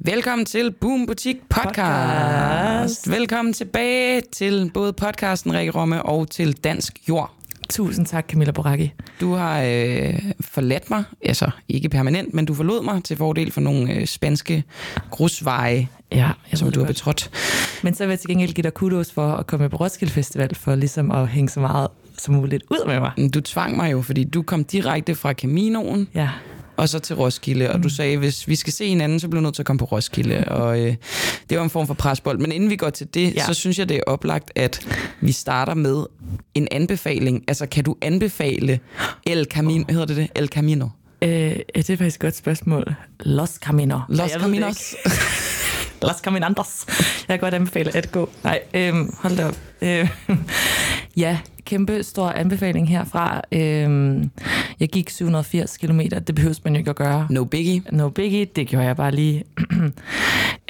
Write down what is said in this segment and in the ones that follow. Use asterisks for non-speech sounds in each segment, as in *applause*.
Velkommen til Boom Butik Podcast. Podcast. Velkommen tilbage til både podcasten Rikke Romme og til Dansk Jord. Tusind tak, Camilla Boracchi. Du har øh, forladt mig, altså ikke permanent, men du forlod mig til fordel for nogle øh, spanske grusveje, Ja, jeg som ved du har det godt. betrådt. Men så vil jeg til gengæld give dig kudos for at komme på Roskilde Festival, for ligesom at hænge så meget som muligt ud med mig. Du tvang mig jo, fordi du kom direkte fra Caminoen Ja, og så til Roskilde, Mm. og du sagde, hvis vi skal se hinanden, så bliver du nødt til at komme på Roskilde. Og øh, det var en form for presbold. Men inden vi går til det, ja. Ja. så synes jeg, det er oplagt, at vi starter med en anbefaling. Altså, kan du anbefale El Camino, hedder det det? El Camino. øh, det er faktisk et godt spørgsmål. Los Caminos. Los Jeg ved det Caminos. ikke. *laughs* Los Caminandos. Jeg kan godt anbefale at gå. Nej, øhm, hold da op. Øh, *laughs* ja, kæmpe stor anbefaling herfra. Øhm, jeg gik 780 km. Det behøves man jo ikke at gøre. No biggie. No biggie, det gjorde jeg bare lige. *clears throat*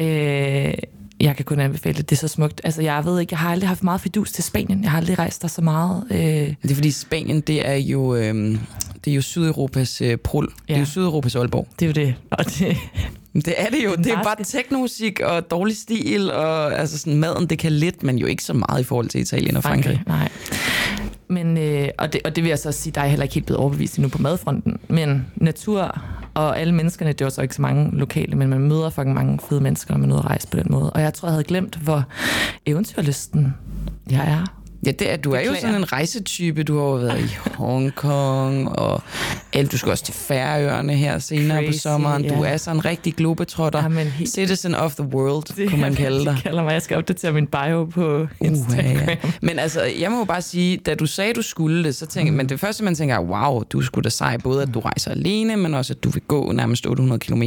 øh, jeg kan kun anbefale det, det er så smukt. Altså, jeg ved ikke, jeg har aldrig haft meget fidus til Spanien. Jeg har aldrig rejst der så meget. Øh, Det er fordi Spanien, det er jo, øhm, det er jo Sydeuropas øh, prul. Ja. Det er Ja. jo Sydeuropas Aalborg. det er jo det. Og det Men Det er det jo. Det er bare barske. teknomusik og dårlig stil, og altså sådan, maden, det kan lidt, men jo ikke så meget i forhold til Italien og Frankrig. Nej. Men, øh, og, det, og det vil jeg så sige, der er jeg heller ikke helt blevet overbevist endnu på madfronten. Men natur og alle menneskerne, det var så ikke så mange lokale, men man møder fucking mange fede mennesker, når man er ude at rejse på den måde. Og jeg tror, jeg havde glemt, hvor eventyrlysten jeg er. Ja, det er, du er jo Beklager. sådan en rejsetype. Du har jo været i Hongkong, og alt, du skal også til Færøerne her senere Crazy, på Crazy, sommeren. Du ja. er sådan en rigtig globetrotter. Jamen, helt- Citizen of the world, det kunne man kalde dig. De kalder mig. Jeg skal opdatere min bio på Uha, Instagram. ja. Men altså, jeg må jo bare sige, da du sagde, du skulle det, så Mhm. tænkte mm. men det første, man tænker, er, wow, du skulle da sej, både at du rejser alene, men også at du vil gå nærmest 800 km.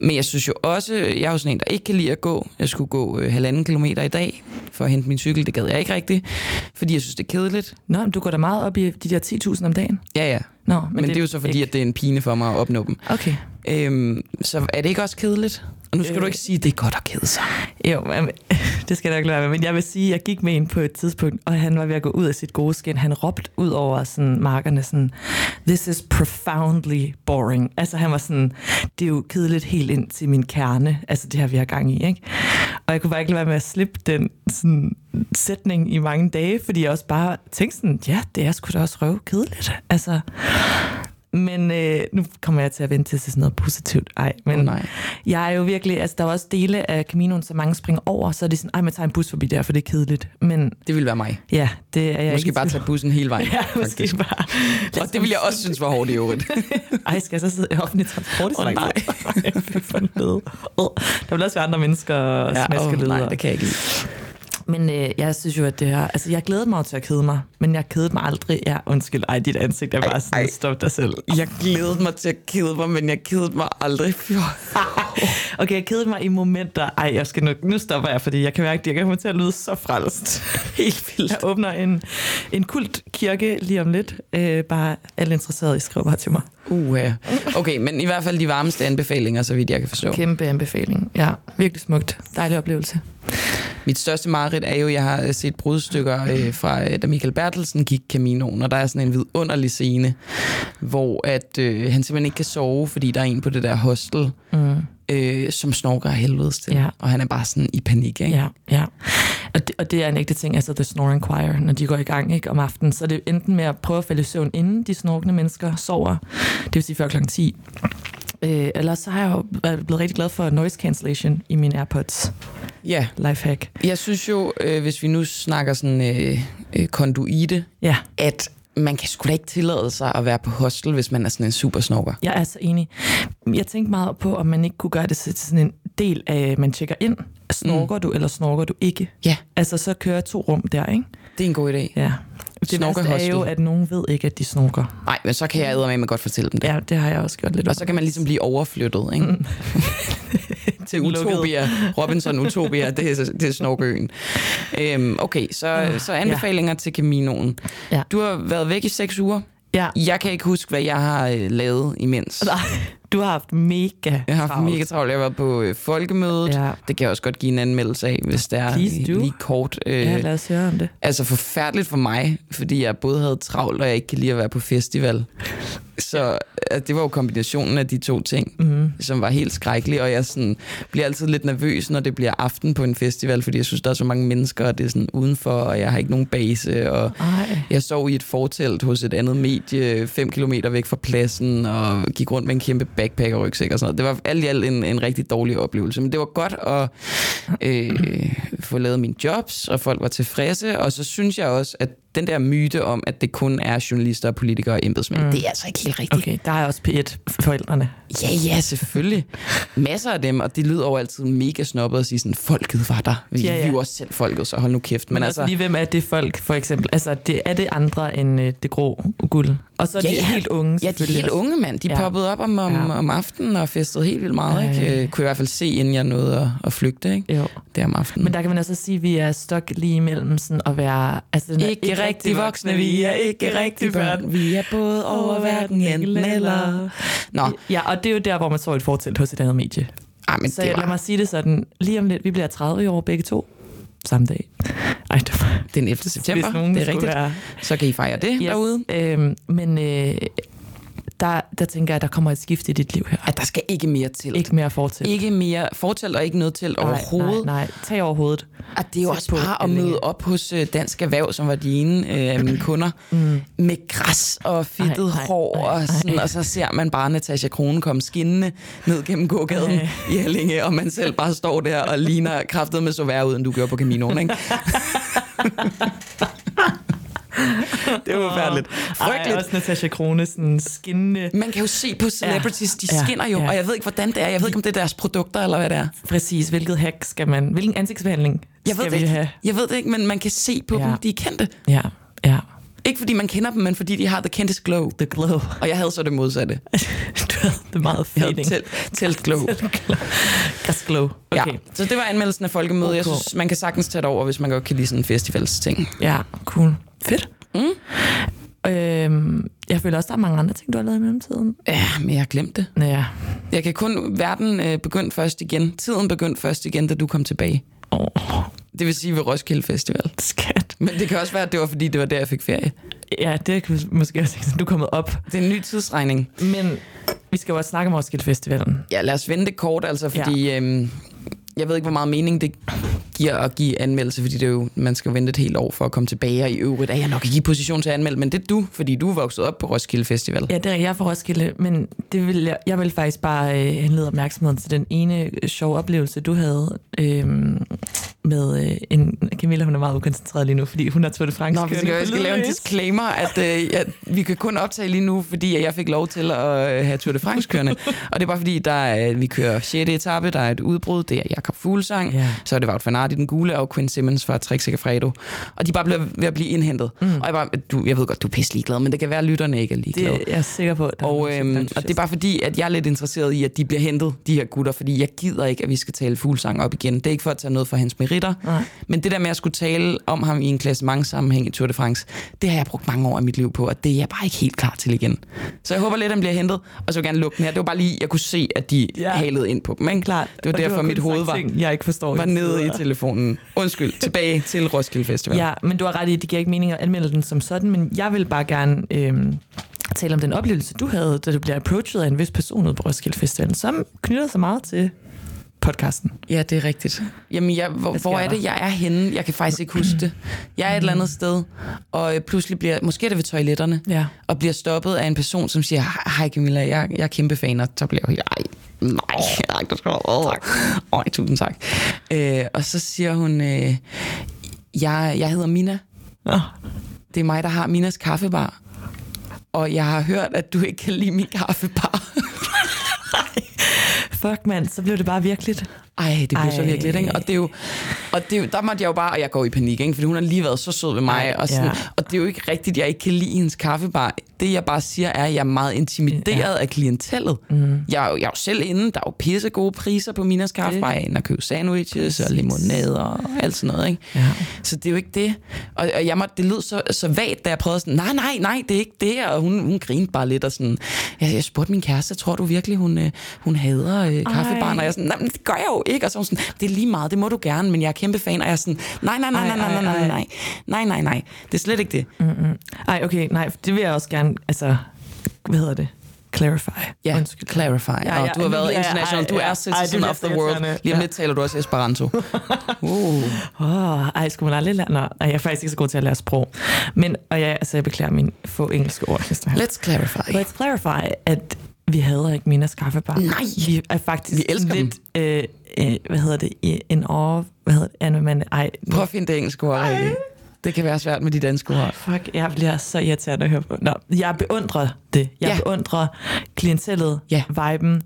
Men jeg synes jo også, jeg er jo sådan en, der ikke kan lide at gå. Jeg skulle gå øh, halvanden kilometer i dag for at hente min cykel. Det gad jeg ikke rigtigt, fordi jeg synes, det er kedeligt. Nå, men du går da meget op i de der 10.000 om dagen. Ja, ja. Nå, Men, men det, det er jo så fordi, at det er en pine for mig at opnå dem. Okay. Øhm, så er det ikke også kedeligt? Og nu skal øh. du ikke sige, at det er godt at kede sig. Jo, men, *laughs* det skal jeg nok lade være med. Men jeg vil sige, at jeg gik med en på et tidspunkt, og han var ved at gå ud af sit gode skin. Han råbte ud over sådan, markerne sådan, this is profoundly boring. Altså han var sådan, det er jo kedeligt helt ind til min kerne, altså det her, vi har gang i, ikke? Og jeg kunne bare ikke lade være med at slippe den sådan, sætning i mange dage, fordi jeg også bare tænkte sådan, ja, det er sgu da også røv kedeligt. Altså, men øh, nu kommer jeg til at vente til sådan noget positivt. Ej, men Åh, nej. jeg er jo virkelig, altså der er også dele af Caminoen, som mange springer over, så er det sådan, ej, man tager en bus forbi der, for det er kedeligt. Men Det ville være mig. ja, det er jeg Måske ikke i bare tvivl- tage bussen hele vejen. *laughs* Ja, måske faktisk. bare. Og det ville jeg også synes var hårdt i øvrigt. Ej, skal jeg så sidde i offentlig transport i så Åh, lang nej. tid? *laughs* Ej, fy for en led. Åh, Der vil også være andre mennesker *laughs* og ja, åh, nej, smaskeleder. det kan jeg ikke lide. Men øh, jeg synes jo, at det her... Altså, jeg glædede mig jo til at kede mig, men jeg kedede mig aldrig. Ja, undskyld, ej, dit ansigt er bare sådan, ej. stop dig selv. Jeg glædede mig til at kede mig, men jeg kedede mig aldrig. *laughs* Okay, jeg kedede mig i momenter. Ej, jeg skal nu, nu stopper jeg, fordi jeg kan mærke, at jeg kommer til at lyde så *laughs* frelst. Helt vildt. Jeg åbner en, en kultkirke lige om lidt. Øh, bare alle interesserede, I skriver bare til mig. Uha. Okay, men i hvert fald de varmeste anbefalinger, så vidt jeg kan forstå. Okay. Kæmpe anbefaling. Ja, virkelig smukt. Dejlig oplevelse. Mit største mareridt er jo, at jeg har øh, set brudstykker øh, fra, øh, da Michael Bertelsen gik Caminoen, og der er sådan en vidunderlig scene, hvor at, øh, han simpelthen ikke kan sove, fordi der er en på det der hostel, mm. øh, som snorker af helvedes til, Ja. og han er bare sådan i panik. Ikke? Ja, ja. Og det, og det er en ægte ting, altså The Snoring Choir, når de går i gang ikke, om aftenen, så er det enten med at prøve at falde i søvn, inden de snorkende mennesker sover, det vil sige før kl. 10. Øh, ellers så har jeg jo været- blevet rigtig glad for noise cancellation i mine AirPods. ja. Lifehack. Jeg synes jo, øh, hvis vi nu snakker sådan øh, øh, konduite, Ja, at man kan sgu da ikke tillade sig at være på hostel, hvis man er sådan en supersnorker. Jeg er så enig. Jeg tænkte meget på, om man ikke kunne gøre det til sådan en del af, man tjekker ind. Snorker mm. du, eller snorker du ikke? Ja, Altså, så kører to rum der, ikke? det er en god idé. Ja. Det værste er Snorkerhostel. jo, at nogen ved ikke, at de snorker. Nej, men så kan jeg med godt fortælle dem det. Ja, det har jeg også gjort lidt Og så kan man ligesom blive overflyttet, ikke? Mm. *laughs* til Lukket. Utopia. Robinson Utopia, det er, det er Snorkeøen. Øhm, okay, så, så anbefalinger ja. til Caminoen. Ah, Ja. Du har været væk i seks uger. Ja. *laughs* Jeg kan ikke huske, hvad jeg har øh, lavet imens. Nej, Du har haft mega Jeg har haft travlt. mega travlt. Jeg var på øh, folkemødet. Ja. Det kan jeg også godt give en anmeldelse af, hvis det er Please lige, do. lige kort. Øh, Ja, lad os høre om det. altså forfærdeligt for mig, fordi jeg både havde travlt, og jeg ikke kan lide at være på festival. Så at det var jo kombinationen af de to ting, Mhm. mm. som var helt skrækkelig, og jeg sådan, bliver altid lidt nervøs, når det bliver aften på en festival, fordi jeg synes, der er så mange mennesker, og det er sådan udenfor, og jeg har ikke nogen base, og Ej. jeg sov i et fortelt hos et andet medie, 5 km væk fra pladsen, og gik rundt med en kæmpe backpack og rygsæk og sådan noget. Det var alt i alt en, en rigtig dårlig oplevelse, men det var godt at øh, få lavet mine jobs, og folk var tilfredse, og så synes jeg også, at den der myte om, at det kun er journalister og politikere og embedsmænd, mm. det er altså ikke helt rigtigt. Okay, der er også P1-forældrene. Ja, ja, *laughs* selvfølgelig. Masser af dem, og det lyder jo altid mega snobbet at sige sådan, folket var der. Vi, Ja, ja, ja. ja. vi er jo også selv folket, så hold nu kæft. Men altså, lige hvem er det folk, for eksempel? Altså, det, er det andre end øh, det grå guld? Og så er Ja, de ja. helt unge, Ja, de selvfølgelig helt også. unge mand, de Ja. ja. poppede op om, om, Ja. ja. om aftenen og festede helt vildt meget. Ej. Ikke? Øh, kunne jeg i hvert fald se, inden jeg nåede at, at flygte ikke? Jo. der om aftenen. Men der kan man også sige, at vi er stok lige imellem sådan at være... Altså, den der Vi er både over hverken enten eller. Nå, Ja, og det er jo der, hvor man så et fortælt hos et andet medie. ej, men Så det, jeg, lad var, mig sige det sådan, lige om lidt, vi bliver 30 i år begge to. Samme dag. Ej, det var, den 11. september, hvis nogen det er skulle rigtigt. Være. Så kan I fejre det yes. derude. Øhm, men øh, der, der tænker jeg, at der kommer et skift i dit liv her. At der skal ikke mere til. Ikke, Ikke mere fortæt. ikke mere fortæl og ikke noget til overhovedet. Nej, nej, nej. tag overhovedet. Og det er jo Tæt også på bare at eller- møde op hos øh, Dansk Erhverv, som var de ene øh, af mine kunder, mm. med græs og fedtet Ej, ej, hår, ej, og, sådan, ej. og så ser man bare Natasha Krone komme skinnende ned gennem gågaden Ej. i Hellinge, og man selv bare står der og ligner kraftet med så værre ud, end du gjorde på Caminoen, ikke? det var forfærdeligt. Ej, Frygteligt. også Natasha Krone, sådan skinnende. Man kan jo se på celebrities, de Ja, skinner jo, ja. og jeg ved ikke, hvordan det er. Jeg ved ikke, om det er deres produkter, eller hvad det er. Præcis, hvilket hack skal man, hvilken ansigtsbehandling Jeg ved skal det vi have? ikke. Jeg ved det ikke, men man kan se på Ja. dem, de er kendte. Ja, ja. Ikke fordi man kender dem, men fordi de har the kendest glow. The glow. *laughs* Og jeg havde så det modsatte. du havde det meget Jeg havde fading. telt, telt *laughs* glow. Græs glow. Okay. Okay. Ja. Så det var anmeldelsen af folkemødet. Okay. Jeg Okay. synes, man kan sagtens tage det over, hvis man godt kan lide sådan en festivalsting. Ja, cool. Fedt. Mm. Øhm, jeg føler også, der er mange andre ting, du har lavet i mellemtiden. Ja, men jeg har glemt det. Ja. Jeg kan kun... Verden øh, begyndte først igen. Tiden begyndte først igen, da du kom tilbage. Åh, Det vil sige ved Roskilde Festival. skat. Men det kan også være, at det var, fordi det var der, jeg fik ferie. Ja, det kan måske også ikke, du er kommet op. Det er en ny tidsregning. Men vi skal jo også snakke om Roskilde Festivalen. Ja, lad os vende det kort, altså, fordi... Ja. Øhm, jeg ved ikke, hvor meget mening det giver at give anmeldelse, fordi det er jo, man skal jo vente et helt år for at komme tilbage, og i øvrigt er jeg nok ikke i position til at anmelde, men det er du, fordi du er vokset op på Roskilde Festival. Ja, det er jeg er fra Roskilde, men det vil jeg, jeg vil faktisk bare øh, henlede opmærksomheden til den ene øh, sjove oplevelse, du havde øh, med øh, en... Camilla, hun er meget ukoncentreret lige nu, fordi hun har Tour de France Nå, vi skal, jeg skal lave en disclaimer, at øh, jeg, vi kan kun optage lige nu, fordi at jeg fik lov til at øh, have Tour de France kørende. og det er bare fordi, der er, vi kører 6. etape, der er et udbrud, det er Jakob Fuglsang, Ja. ja. så er det Wout van Aert i den gule, og Quinn Simmons fra Trek Segafredo. Og de er bare blevet, ved at blive indhentet. Mm. Og jeg, bare, du, jeg ved godt, du er pisse ligeglad, men det kan være, at lytterne ikke er Det ligeglade. er jeg sikker på. at der er Og, nogle ting, der øhm, og det er bare fordi, at jeg er lidt interesseret i, at de bliver hentet, de her gutter, fordi jeg gider ikke, at vi skal tale fuglsang op igen. Det er ikke for at tage noget fra hans meritter, Nej. men det der med at skulle tale om ham i en klassementssammenhæng i Tour de France, det har jeg brugt mange år af mit liv på, og det er jeg bare ikke helt klar til igen. Så jeg håber lidt, at den bliver hentet, og så vil jeg gerne lukke den her. Det var bare lige, jeg kunne se, at de Ja. ja. halede ind på dem. Ikke? Klart. Det var Og du har derfor, kun mit hoved sagt var, ting, jeg ikke forstår. var indtil nede i videre. telefonen. Undskyld, tilbage til Roskilde Festival. Ja, men du har ret i, at det giver ikke mening at anmelde den som sådan, men jeg vil bare gerne øhm, tale om den oplevelse, du havde, da du blev approachet af en vis person ude på Roskilde Festivalen, som knytter sig meget til podcasten. Ja, det er rigtigt. Jamen, jeg, hvor, sker hvor er der? det, jeg er henne? Jeg kan faktisk ikke huske det. Jeg er et eller andet sted, og øh, pludselig bliver, måske er det ved toiletterne, Ja. og bliver stoppet af en person, som siger, hej Camilla, jeg, jeg er kæmpe fan, og så bliver jeg jo helt, ej, nej, ej, du skal være Oj, tusind tak. Øh, og så siger hun, øh, jeg, jeg hedder Mina, Nå. det er mig, der har Minas kaffebar, og jeg har hørt, at du ikke kan lide min kaffebar. Fuck mand, så blev det bare virkeligt. Ej, det blev så Ej. virkeligt, ikke? Og, det er jo, og det er jo, der måtte jeg jo bare, og jeg går i panik, ikke? Fordi hun har lige været så sød ved mig, Ej, og, sådan, ja. og det er jo ikke rigtigt, jeg ikke kan lide hendes kaffebar. Det jeg bare siger er, at jeg er meget intimideret af klientellet. Mm. Jeg, er jo- jeg er jo selv inde, der er jo pisse gode priser på Minas kaffebar. Jeg er inde og købe sandwiches Præcis. og limonader og alt sådan noget, ikke? Ja. Så det er jo ikke det. Og, og jeg måtte, det lød så, så vagt, da jeg prøvede sådan, nej, nej, nej, det er ikke det. Og hun, hun grinede bare lidt og sådan, jeg, jeg spurgte min kæreste, tror du virkelig, hun, øh, hun hader øh, kaffebaren? Og jeg er sådan, nej, men det gør jeg jo ikke. Og så er hun sådan, det er lige meget, det må du gerne, men jeg er kæmpe fan. Og jeg er sådan, nej, nej, nej, nej, nej, nej, nej, nej, nej, nej, nej, det er slet ikke det. Ej, okay, nej, det vil jeg også gerne, altså, hvad hedder det? Clarify. Ja, Mm, Undskyld. Undskyld. clarify. Ja, ja, ja, og du har nu været bliver jeg- international, du ej, ja. er Ej, det citizen bliver of så the world. irriterende. Lige om Ja. lidt taler du også Esperanto. *laughs* Uh. Åh, oh, ej, skulle man aldrig lære... Nå, ej, jeg er faktisk ikke så god til at lære sprog. Men, og jeg, altså, jeg beklager min få engelske ord, Kirsten. Let's clarify. Let's clarify, at vi hader ikke Minas kaffebar. Nej. Vi er faktisk Vi elsker dem. lidt, øh, øh, hvad hedder det, i- en over... Hvad hedder det, Anne, man, ej, Prøv at finde det engelske ord, Rikke. Det kan være svært med de danske ord. fuck, jeg bliver så irriteret at høre på. Nå, jeg beundrer det. Jeg Ja. ja. beundrer klientellet, Ja. viben.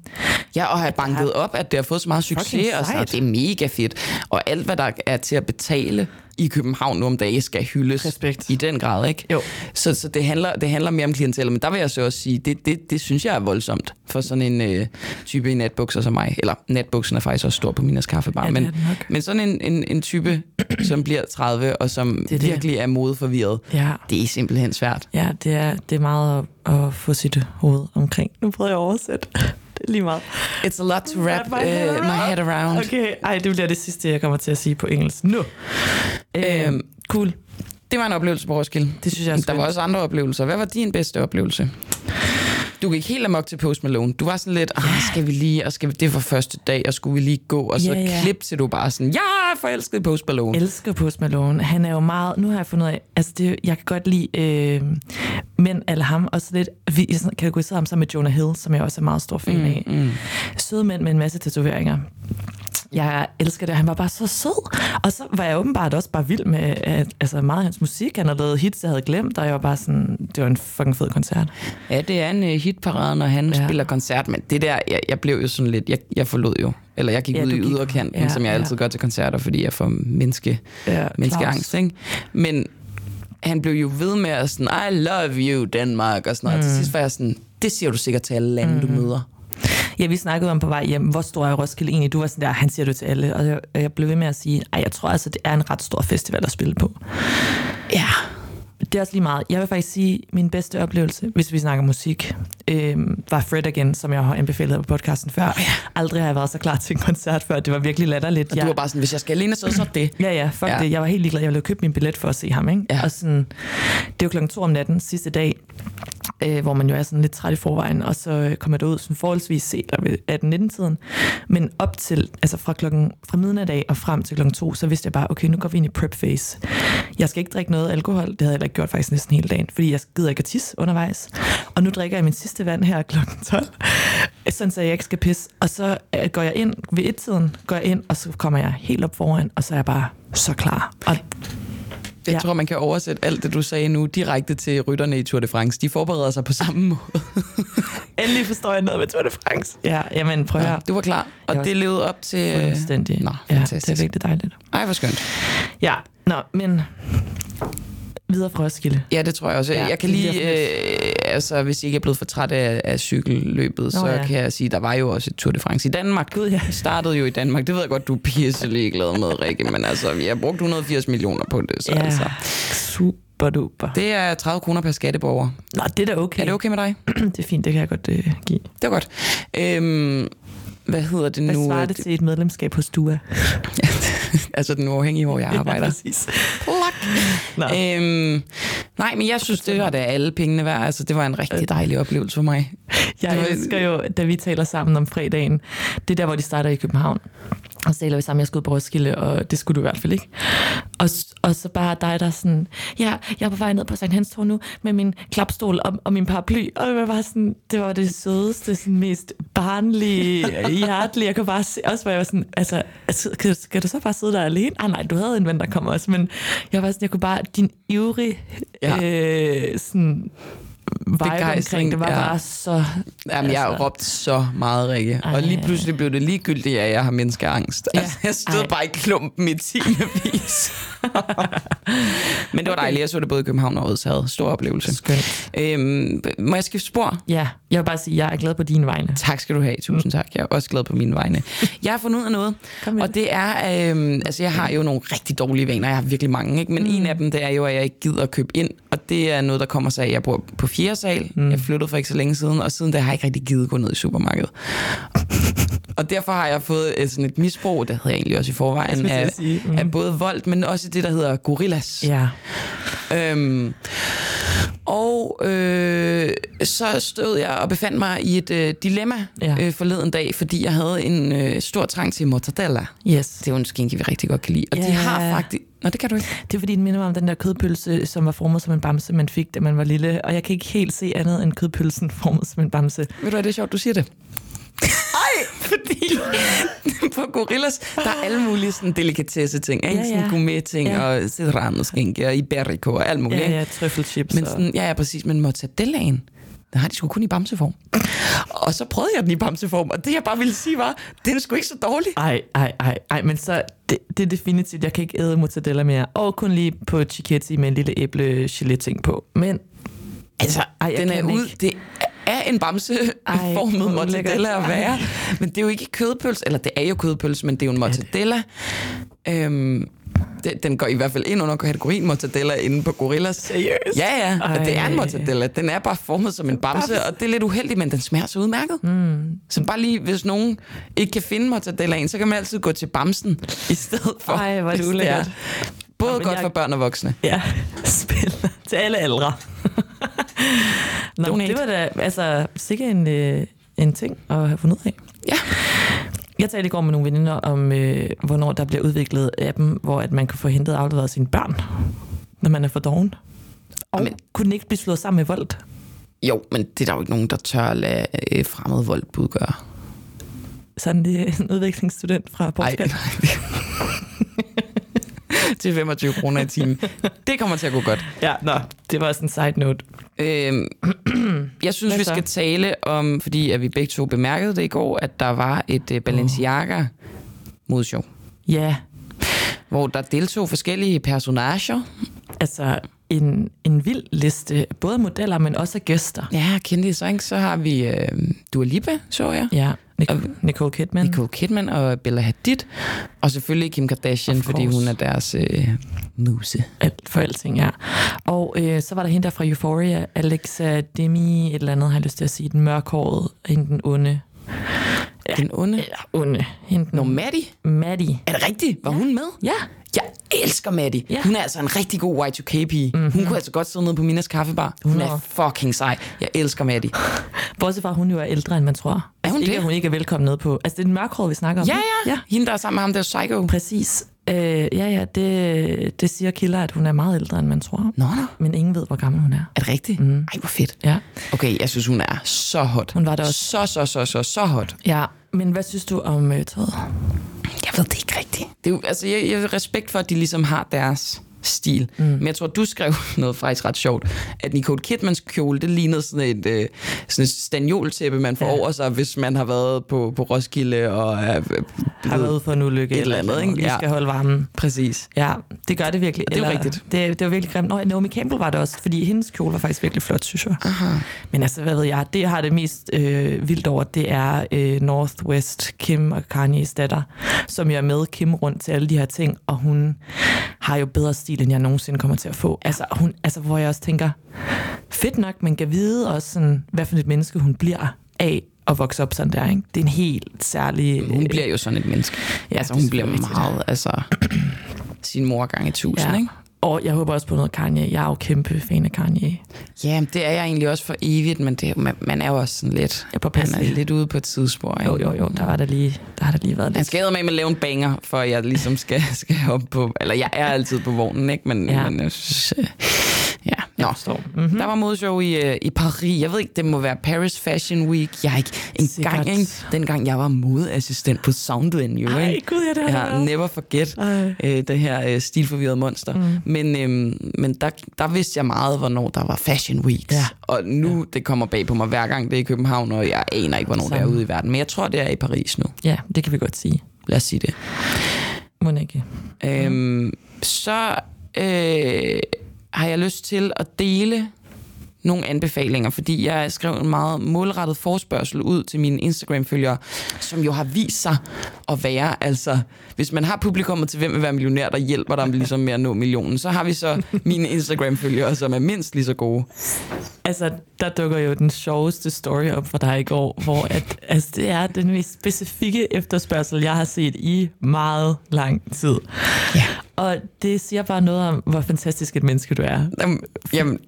Ja, og har banket op, at det har fået så meget succes, Fucking og sådan, sejt. og det er mega fedt. Og alt, hvad der er til at betale i København nu om dagen, skal hyldes Respekt. i den grad, ikke? Jo. Så, så det, handler, det handler mere om klientellet, men der vil jeg så også sige, det, det, det synes jeg er voldsomt for sådan en øh, type i natbukser som mig. Eller natbuksen er faktisk også stor på Minas Kaffebar, Ja, det er men, den nok. men sådan en, en, en type, som bliver 30, og som det er det. virkelig er modeforvirret, Ja. det er simpelthen svært. Ja, det er, det er meget at, at få sit hoved omkring. Nu prøver jeg at oversætte. *laughs* Det er lige meget. It's a lot to wrap Wrap my head uh, my head around. Okay, ej, det bliver det sidste, jeg kommer til at sige på engelsk. Nu. Øhm, Øhm, cool. Det var en oplevelse på Roskilde. Det synes jeg er Der skønt. var også andre oplevelser. Hvad var din bedste oplevelse? Du gik helt amok til Post Malone. Du var sådan lidt, ah, skal vi lige, og skal vi, det var første dag, og skulle vi lige gå, og så Ja, ja. klip til du bare sådan, ja, jeg er forelsket i Post Malone. elsker Post Malone. Han er jo meget... Nu har jeg fundet ud af... Altså, det, jeg kan godt lide øh, mænd eller ham. Og så lidt... Vi jeg sådan kategoriserer ham sammen med Jonah Hill, som jeg også er meget stor fan af. Mm, mm. Søde mænd med en masse tatoveringer. Jeg elsker det. Han var bare så sød. Og så var jeg åbenbart også bare vild med øh, altså meget af hans musik. Han har lavet hits, jeg havde glemt, og jeg var bare sådan... Det var en fucking fed koncert. Ja, det er en uh, hitparade, når han ja. Ja. spiller koncert, men det der, jeg, jeg blev jo sådan lidt, jeg, jeg forlod jo. Eller jeg gik Ja, ja, ud du i gik- yderkanten, ja, ja, som jeg ja. altid gør til koncerter, fordi jeg får menneske, Ja, ja, menneskeangst. Ikke? Men han blev jo ved med at sådan, I love you, Danmark, og sådan noget. Mm. Og til sidst var jeg sådan, det siger du sikkert til alle lande, mm. du møder. Ja, vi snakkede om på vej hjem, hvor stor er Roskilde egentlig? Du var sådan der, han siger det til alle. Og jeg, og jeg blev ved med at sige, at jeg tror altså, det er en ret stor festival at spille på. Ja, Det er også lige meget. Jeg vil faktisk sige, at min bedste oplevelse, hvis vi snakker musik, øh, var Fred igen, som jeg har anbefalet på podcasten før. Aldrig har jeg været så klar til en koncert før. Det var virkelig latterligt. Og ja. Jeg- du var bare sådan, hvis jeg skal alene, så så er *laughs* det. Ja, ja, fuck Ja. ja. det. Jeg var helt ligeglad. Jeg ville købe min billet for at se ham, ikke? Ja. Og sådan, det er jo klokken to om natten, sidste dag, øh, hvor man jo er sådan lidt træt i forvejen, og så øh, kommer det ud sådan forholdsvis sent, eller ved 18-19-tiden. Men op til, altså fra, klokken, fra midnat af og frem til klokken to, så vidste jeg bare, okay, nu går vi ind i prep phase. Jeg skal ikke drikke noget alkohol, det havde jeg heller ikke gjort faktisk næsten hele dagen, fordi jeg gider ikke at tisse undervejs. Og nu drikker jeg min sidste vand her klokken 12, sådan så jeg ikke skal pisse. Og så øh, går jeg ind ved et-tiden, går jeg ind, og så kommer jeg helt op foran, og så er jeg bare så klar. Og Jeg ja. Ja. tror, man kan oversætte alt det, du sagde nu, direkte til rytterne i Tour de France. De forbereder sig på samme måde. endelig forstår jeg noget med Tour de France. Ja, jamen prøv at Ja. høre. Du var klar, og Jeg var det levede op til... Øh, Fuldstændig. Nå, ja, fantastisk. det er virkelig dejligt. Ej, hvor skønt. Ja, nå, men videre fra Roskilde. Ja, det tror jeg også. Ja, Ja, jeg kan det er lige... Øh, altså, hvis I ikke er blevet for træt af, af cykelløbet, Nå, så ja. ja. kan jeg sige, der var jo også et Tour de France i Danmark. Gud, ja. Det startede jo i Danmark. Det ved jeg godt, du er pisselig glad med, Rikke, men altså, jeg har brugt 180 millioner på det, så ja. Ja, altså. super duper. Det er 30 kroner per skatteborger. Nå, det er da okay. Er det okay med dig? *clears throat* det er fint, det kan jeg godt øh, give. Det var godt. Øhm, hvad hedder det nu? Hvad svarer det til et medlemskab hos DUA? altså den uafhængige, hvor jeg arbejder. *laughs* Ja, præcis. Plak. Nå. Øhm, nej, men jeg synes, det var da alle pengene værd. Altså, det var en Øh. rigtig dejlig oplevelse for mig. Det var- Jeg elsker jo, da vi taler sammen om fredagen. Det er der, hvor de starter i København. Og så taler vi sammen, jeg skulle på Roskilde, og det skulle du i hvert fald ikke. Og, s- og så bare dig, der er sådan, ja, jeg er på vej ned på Sankt Hans Torv nu med min klapstol og, og min paraply. Og jeg var bare sådan, det var det sødeste, sådan mest barnlige, hjertelige. Jeg kunne bare se, også var jeg var sådan, altså, altså, kan, kan du så bare sidde der alene? Ah nej, du havde en ven, der kom også, men jeg var sådan, jeg kunne bare, din ivrige, Ja. ja. øh, sådan, vibe omkring Begejstring, det var ja. bare så... Jamen, jeg har altså. råbt så meget, Rikke. Ej. Og lige pludselig blev det ligegyldigt, at jeg har menneskeangst. Ja. Ja. Altså, jeg stod Ej. Ej. bare i klumpen i *laughs* timevis. Men det var dejligt. Jeg så det både i København og Odense. Jeg havde stor oplevelse. Skønt. Øhm, må jeg skifte spor? Ja, jeg vil bare sige, jeg er glad på dine vegne. Tak skal du have. Tusind tak. Jeg er også glad på mine vegne. Jeg har fundet ud af noget, Kom med og det er, øh, altså jeg har jo nogle rigtig dårlige vaner. Jeg har virkelig mange, ikke? men mm. en af dem, det er jo, at jeg ikke gider at købe ind. Og det er noget, der kommer sig af, at jeg bor på fjerde sal. Mm. Jeg flyttede for ikke så længe siden, og siden da har jeg ikke rigtig givet gå ned i supermarkedet. *laughs* og derfor har jeg fået øh, sådan et misbrug, det havde jeg egentlig også i forvejen, skulle til af, at sige, mm. af både vold, men også det, der hedder gorillas. øh, Ja. Øhm, og øh, så stod jeg og befandt mig i et øh, dilemma Ja. ja. øh, forleden dag, fordi jeg havde en øh, stor trang til mortadella. Yes. Det er jo en skinke, vi rigtig godt kan lide. Og yeah. de Ja. har faktisk... Nå, det kan du ikke. Det er fordi, den minder mig om den der kødpølse, som var formet som en bamse, man fik, da man var lille. Og jeg kan ikke helt se andet end kødpølsen *laughs* formet som en bamse. Ved du hvad, det er sjovt, du siger det. Ej, fordi *laughs* på Gorillas, der er alle mulige sådan delikatesse ting. Ikke? Ja, Ja, ja. Sådan gourmet-ting Ja. ja. og serrano-skinke og iberico og alt muligt. Ja, ikke? ja, trøffelchips. Men og- sådan, ja, ja, præcis. Men mortadellaen, den har de sgu kun i bamseform. Og så prøvede jeg den i bamseform, og det jeg bare ville sige var, den er sgu ikke så dårlig. Ej, ej, ej, ej, men så, det, det er definitivt, jeg kan ikke æde mozzarella mere. Og kun lige på chiquetti med en lille æble ting på. Men altså, ej, jeg den er kan ud, ikke. det er en Ej, hvor bamseformet ulækkert. mortadella at være. Men det er jo ikke kødpølse, eller det er jo kødpølse, men det er jo en mortadella. Øhm, det, den går i hvert fald ind under kategorien mortadella inde på Gorillas. Seriøst? Ja, ja, og det er Ej. en mortadella. Den er bare formet som en bamse, og det er lidt uheldigt, men den smager så udmærket. Mm. Så bare lige, hvis nogen ikke kan finde mortadellaen, så kan man altid gå til bamsen i stedet for. Ej, hvor er det *laughs* hvis ulækkert. Både Nå, men godt jeg- for børn og voksne. Ja, *laughs* spil til alle ældre. Nå, men Donate. det var da altså, sikkert en, øh, en ting at have fundet ud af. Ja. Jeg talte i går med nogle veninder om, øh, hvornår der bliver udviklet appen, hvor at man kan få hentet og afleveret sine børn, når man er for doven. Og Men- kunne den ikke blive slået sammen med vold? Jo, men det er der jo ikke nogen, der tør at lade øh, fremmed vold budgøre. sådan lige *laughs* en udvekslingsstudent fra Portugal. nej. *laughs* til 25 kroner i timen. Det kommer til at gå godt. *laughs* Ja, nå, det var sådan en side note. *clears throat* Øhm, jeg synes, Hvad vi så? skal tale om, fordi at vi begge to bemærkede det i går, at der var et øh, Balenciaga modshow, Ja, hvor der deltog forskellige personager. altså en, en vild liste, både modeller, men også af gæster. Ja, kendte så, ikke? Så har vi øh, Dua Lipa, så jeg. Ja, Nic- Nicole Kidman. Nicole Kidman og Bella Hadid. Og selvfølgelig Kim Kardashian, Of fordi course. hun er deres øh, muse. Alt for alting, ja. Og øh, så var der hende der fra Euphoria, Alexa Demi, et eller andet, har jeg lyst til at sige, den mørkhårede, hende den onde. Den onde. Eller onde, hende den Nå, Maddie. Maddie. Er det rigtigt? Var hun med? Ja, Jeg elsker Maddie. Ja. Ja. Hun er altså en rigtig god Y2K-pige. Mm-hmm. Hun kunne altså godt sidde nede på Minas kaffebar. Hun er fucking sej. Jeg elsker Maddie. bortset fra, at hun jo er ældre, end man tror. Altså, Er hun ikke, det? at hun ikke er velkommen ned på. Altså, det er den mørkhårede, vi snakker om. Ja, ikke? ja. ja. Hende, der er sammen med ham, der er psycho. Præcis. Øh, ja, ja, det, det siger kilder, at hun er meget ældre, end man tror. Nå, nå. Men ingen ved, hvor gammel hun er. Er det rigtigt? Mm. Ej, hvor fedt. Ja. Okay, jeg synes, hun er så hot. Hun var det også. Så, så, så, så, så hot. ja. Men hvad synes du om øh, tøjet? Jeg ved det ikke rigtigt. Det er jo, altså, jeg, jeg har respekt for, at de ligesom har deres stil. Mm. Men jeg tror, du skrev *laughs* noget faktisk ret sjovt, at Nicole Kidmans kjole, det lignede sådan et, øh, sådan et stagnoltæppe, man får Ja. ja. over sig, hvis man har været på, på Roskilde og er øh, Har blevet været for en ulykke. Et eller andet, ikke? Vi Ja. skal holde varmen. Præcis. Ja, det gør det virkelig. det er jo rigtigt. Det, det var virkelig grimt. Nå, Naomi Campbell var det også, fordi hendes kjole var faktisk virkelig flot, synes jeg. Aha. Men altså, hvad ved jeg, det jeg har det mest øh, vildt over, det er øh, Northwest Kim og Kanye's datter, som jeg er med Kim rundt til alle de her ting, og hun har jo bedre stil, end jeg nogensinde kommer til at få. Altså, hun, altså hvor jeg også tænker, fedt nok, men kan vide også, sådan, hvad for et menneske hun bliver af at vokse op sådan der, ikke? Det er en helt særlig... Hun bliver jo sådan et menneske. Øh, Ja, Ja, altså, det er hun bliver selvfølgelig meget, altså *clears throat* sin mor gang i tusind, ja. ikke? Og jeg håber også på noget Kanye. Jeg er jo kæmpe fan af Kanye. Ja, men det er jeg egentlig også for evigt, men det, er jo- man, man er jo også sådan lidt... Jeg er Han påpasselig. er lidt ude på et tidsspor, ikke? Jo, jo, jo, der har der lige, der har der lige været Han lidt. skal med at lave en banger, for at jeg *laughs* ligesom skal, skal op på... Eller jeg er altid på vognen, ikke? Men, Ja. *laughs* ja. men jeg synes, øh, ja. Nå, Storm. Mhm. mm-hmm. der var modshow i, øh, i Paris. Jeg ved ikke, det må være Paris Fashion Week. Jeg er ikke engang, Sikkert. ikke? dengang jeg var modeassistent på Sound Venue. Ej, ikke? gud, ja, det har Jeg det har *laughs* været. never forget Ej. øh, det her øh, stilforvirrede monster. Mm. Men, øhm, men der, der vidste jeg meget, hvornår der var Fashion Weeks. Ja. Og nu, ja. det kommer bag på mig hver gang, det er i København, og jeg aner ikke, hvornår det er Samme. ude i verden. Men jeg tror, det er i Paris nu. Ja, det kan vi godt sige. Lad os sige det. Må ikke. Øhm, så øh, har jeg lyst til at dele nogle anbefalinger, fordi jeg skrev en meget målrettet forspørgsel ud til mine Instagram-følgere, som jo har vist sig at være, altså, hvis man har publikummet til Hvem vil være millionær, der hjælper dig ligesom med at nå millionen, så har vi så mine Instagram-følgere, som er mindst lige så gode. Altså, der dukker jo den sjoveste story op for dig i går, hvor at, *laughs* altså, det er den mest specifikke efterspørgsel, jeg har set i meget lang tid. Ja. Og det siger bare noget om, hvor fantastisk et menneske du er. Jamen, jamen,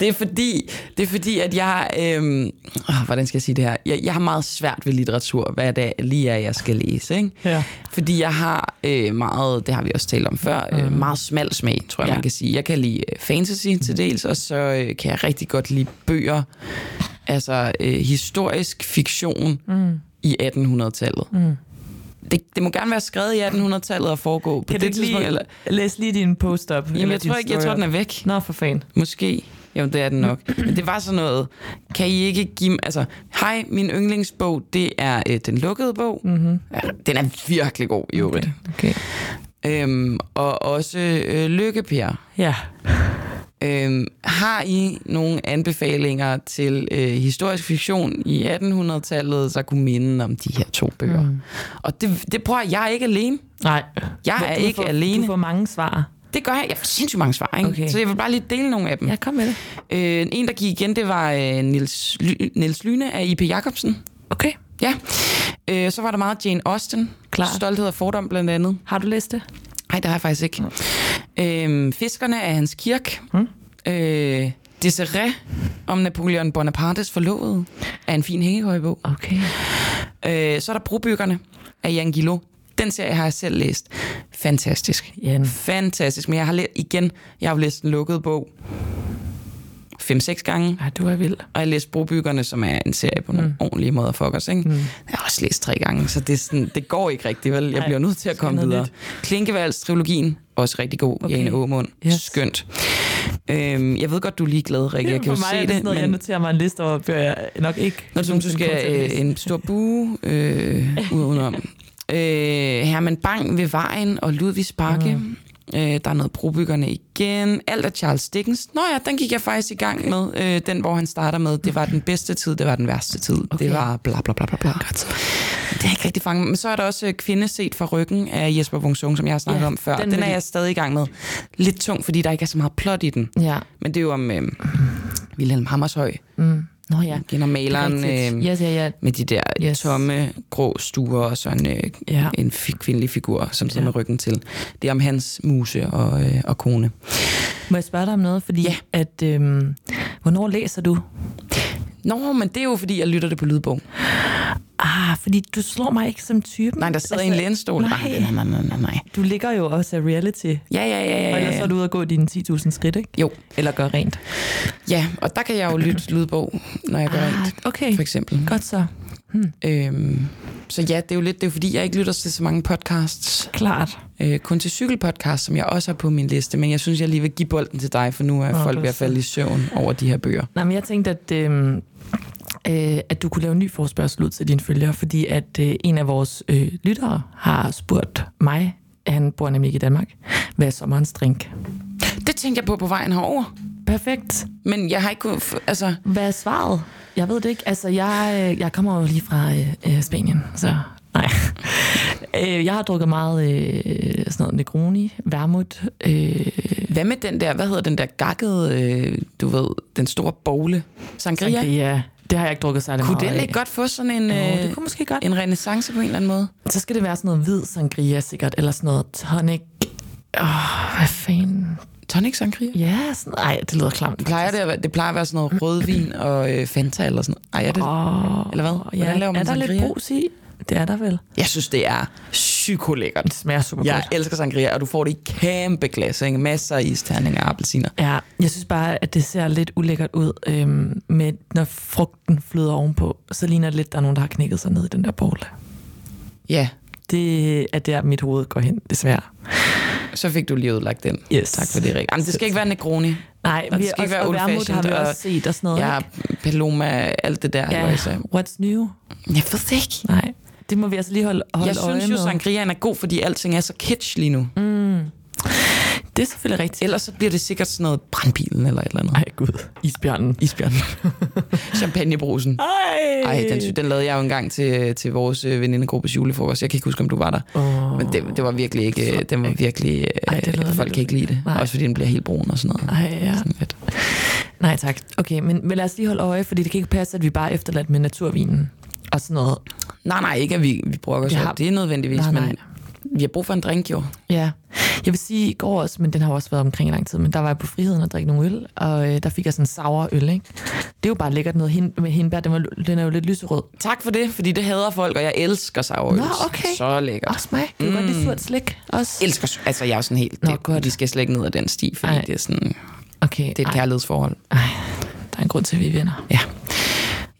det er fordi, det er fordi at jeg... Øhm, åh, hvordan skal jeg sige det her? Jeg, jeg har meget svært ved litteratur, hvad det lige er, jeg skal læse. Ikke? Ja. Fordi jeg har øh, meget, det har vi også talt om før, øh, meget smal smag, tror jeg, ja. Mhm. Ja. man kan sige. Jeg kan lide øh, fantasy til dels, og så øh, kan jeg rigtig godt lide bøger, altså øh, historisk fiktion mm. i 1800-tallet. Mm. Det, det må gerne være skrevet i 1800-tallet og foregå på Kan du det ikke lige tidspunkt. Eller, læse lige din post op? jamen, jeg tror ikke, jeg tror, den er væk. Nå, for fan. Måske. Jo, det er den nok. Men det var sådan noget, kan I ikke give... mig- Altså, hej, min yndlingsbog, det er øh, den lukkede bog. Mhm. Mm-hmm. Ja, den er virkelig god, i øvrigt. Okay. Okay. Øhm, og også øh, Lykkeper. Ja. Øhm, har I nogle anbefalinger til øh, historisk fiktion i 1800-tallet, der kunne minde om de her to bøger? Mm. Og det, det prøver jeg ikke alene. Nej. Jeg Hvor er du ikke får, alene. Du får mange svar. Det gør jeg. Jeg får sindssygt mange svar, ikke? Okay. Så jeg vil bare lige dele nogle af dem. Ja, kom med det. Øh, en, der gik igen, det var øh, Niels, Ly- Niels Lyne af I.P. Jacobsen. Okay. Ja. Øh, så var der meget Jane Austen. Klart. Stolthed og fordom blandt andet. Har du læst det? Nej, det har jeg faktisk ikke. Øh, Fiskerne af Hans Kirk. Hmm? Øh, Desiree om Napoleon Bonapartes forlovede af en fin hængekøjebog. Okay. Øh, så er der Brobyggerne af Jan Gillo. Den serie har jeg selv læst. Fantastisk. Jan. Fantastisk. Men jeg har læst igen. Jeg har jo læst en lukket bog. 5-6 gange. Ja, du er vild. Og jeg læste Brobyggerne, som er en serie på nogle mm. ordentlige måder for os. Ikke? Mm. Jeg har også læst tre gange, så det, er sådan, det går ikke rigtigt. Vel? Jeg Nej, bliver nødt til at skal komme noget videre. nyt. Klinkevalds-trilogien, også rigtig god. Okay. Okay. Jane Aamund, yes. Yes. skønt. Øhm, jeg ved godt, du er ligeglad, Rikke. Jeg kan For jo mig se er det sådan noget, jeg men... noterer mig en liste over, bør jeg nok ikke... Nå, som du nogensinde kommer til skal at øh, læse. en stor bue øh, udenom. Øh, Herman Bang ved vejen og Ludvig Sparke. Mm. Øh, der er noget brobyggerne igen. Alt af Charles Dickens. Nå ja, den gik jeg faktisk i gang med. Øh, den, hvor han starter med, det var den bedste tid, det var den værste tid. Okay. Det var bla bla bla bla bla. Godt. Det er ikke rigtig fanget. Men så er der også øh, Kvinde set fra ryggen af Jesper Wungsung, som jeg har snakket Ja, om før. den Den, vil den er jeg- jeg stadig i gang med. Lidt tung, fordi der ikke er så meget plot i den. Ja. Men det er jo om øh, Vilhelm Hammershøj, Mm. Nå ja. igen om maleren. Rigtigt. øh, Yes, ja, ja. med de der yes. Yes. tomme, grå stuer og sådan øh, ja. Ja. en fi- kvindelig figur, som sidder ja. Ja. med ryggen til. Det er om hans muse og, øh, og kone. Må jeg spørge dig om noget? Fordi Ja. ja. at, øhm, hvornår læser du? Nå, men det er jo fordi, jeg lytter det på lydbog. Ah, fordi du slår mig ikke som typen. Nej, der sidder altså, en lænestol. nej. Nej, nej, nej, nej, nej, nej. Du ligger jo også af reality. Ja, ja, ja, Og ja, ellers så ja. er du ude og gå dine 10.000 skridt, ikke? Jo, Eller gør rent. ja, og der kan jeg jo lytte lydbog, når jeg gør ah. et, okay. for eksempel. Godt så. Øhm, så ja, det er jo lidt, det er jo fordi, jeg ikke lytter til så mange podcasts. Klart. Øh, kun til cykelpodcast, som jeg også har på min liste. Men jeg synes, jeg lige vil give bolden til dig, for nu er Nå, folk det ved er at falde i søvn over de her bøger. Nej, men jeg tænkte, at, øh, øh, at du kunne lave en ny forspørgsel ud til dine følgere, fordi at øh, en af vores øh, lyttere har spurgt mig, han bor nemlig ikke i Danmark, hvad er sommerens drink? Det tænkte jeg på på vejen herover. Perfekt. Men jeg har ikke kunnet... f- Altså, Hvad er svaret? Jeg ved det ikke. Altså, jeg, øh, jeg kommer jo lige fra øh, øh, Spanien, så nej. *laughs* Øh, jeg har drukket meget øh, sådan noget Negroni, Vermouth. Øh, hvad med den der... Hvad hedder den der gakkede... Øh, du ved, den store bogle? Sangria? Sangria. sangria. Det har jeg ikke drukket særlig Kunne meget den af. ikke godt få sådan en, Jo, øh, det kunne måske godt. en renaissance på en eller anden måde? Så skal det være sådan noget hvid sangria sikkert, eller sådan noget tonic. Åh, hvad fanden? Tonic sangria? Ja, sådan, ej, det lyder klamt. Plejer det, at, være- det plejer at være sådan noget rødvin og øh, Fanta eller sådan noget. Ej, er det, Åh, eller hvad? ja. Hvordan laver man er der sangria? lidt brus i? Det er der vel. Jeg synes, det er psykolækkert. Det smager super Jeg godt. elsker sangria, og du får det i kæmpe glas, ikke? masser af isterninger og appelsiner. Ja, jeg synes bare, at det ser lidt ulækkert ud, øhm, med, når frugten flyder ovenpå. Så ligner det lidt, der er nogen, der har knækket sig ned i den der bolle. Ja, Det er der, mit hoved går hen, desværre. så fik du lige udlagt den. Yes. Tak for det, Rik. Jamen, det skal ikke være Negroni. Nej, Og vi det er skal ikke også, være og old vermut har vi fashioned, også set og sådan noget. Ja, ikke? Paloma, alt det der. ja. løjse. What's new? Jeg ved det ikke. Nej, det må vi altså lige holde, holde Jeg øje synes jo, med. sangriaen er god, fordi alting er så kitsch lige nu. Mm. Det er selvfølgelig rigtigt. Ellers så bliver det sikkert sådan noget brandbilen eller et eller andet. Ej, gud. Isbjørnen. *laughs* Isbjørn. Champagnebrusen. Øh. Ej! Ej, den, sy- den lavede jeg jo engang til, til vores øh, venindegruppes julefrokost. Jeg kan ikke huske, om du var der. Åh. Men det, det var virkelig ikke... øh, Den var virkelig... Ej, Ej, det lyder det folk lidt kan ikke lide det. Nej. Nej. Også fordi den bliver helt brun og sådan noget. Ej, ja. Sådan lidt. Nej, tak. Okay, men, men lad os lige holde øje, fordi det kan ikke passe, at vi bare er efterladt med naturvinen og sådan noget. Nej, nej, ikke at vi, vi brokker os Jeg over har- Det er nødvendigvis, Nej, nej, nej. nej. men vi har brug for en drink jo. Ja. Jeg vil sige, i går også, men den har jo også været omkring i lang tid, men der var jeg på friheden og drikke nogle øl, og øh, der fik jeg sådan en sour øl, ikke? Det er jo bare lækkert noget hin- med hindbær, den, var, den er jo lidt lyserød. Tak for det, fordi det hader folk, og jeg elsker sauerøl. Nå, okay. Så lækkert. Også mig. Kan du mm. godt lide surt slik? Også? elsker su- Altså, jeg er jo sådan helt... Nå, det, godt. Vi skal slet ikke ned ad den sti, fordi Ej. Ej. det er sådan... Okay, Det er et ej, kærlighedsforhold. der er en grund til, at vi vinder. Ja.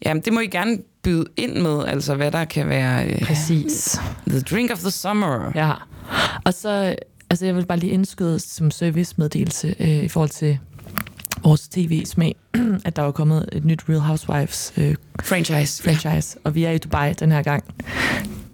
Jamen, det må I gerne byde ind med, altså hvad der kan være øh, Præcis. the drink of the summer. Ja. Ja. Og så, altså jeg vil bare lige indskyde som servicemeddelelse øh, i forhold til vores tv-smag, *clears throat* at der er jo kommet et nyt Real Housewives øh, Franchise. franchise, og vi er i Dubai den her gang.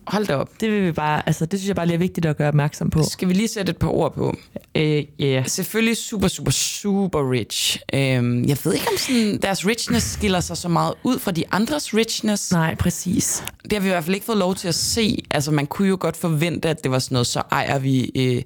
Hold da op. Det vil vi bare, altså det synes jeg bare lige er vigtigt at gøre opmærksom på. Skal vi lige sætte et par ord på? Øh, yeah. Selvfølgelig super, super, super rich. Øhm, jeg ved ikke, om sådan, deres richness skiller sig så meget ud fra de andres richness. Nej, præcis. Det har vi i hvert fald ikke fået lov til at se. Altså, man kunne jo godt forvente, at det var sådan noget, så ejer vi øh,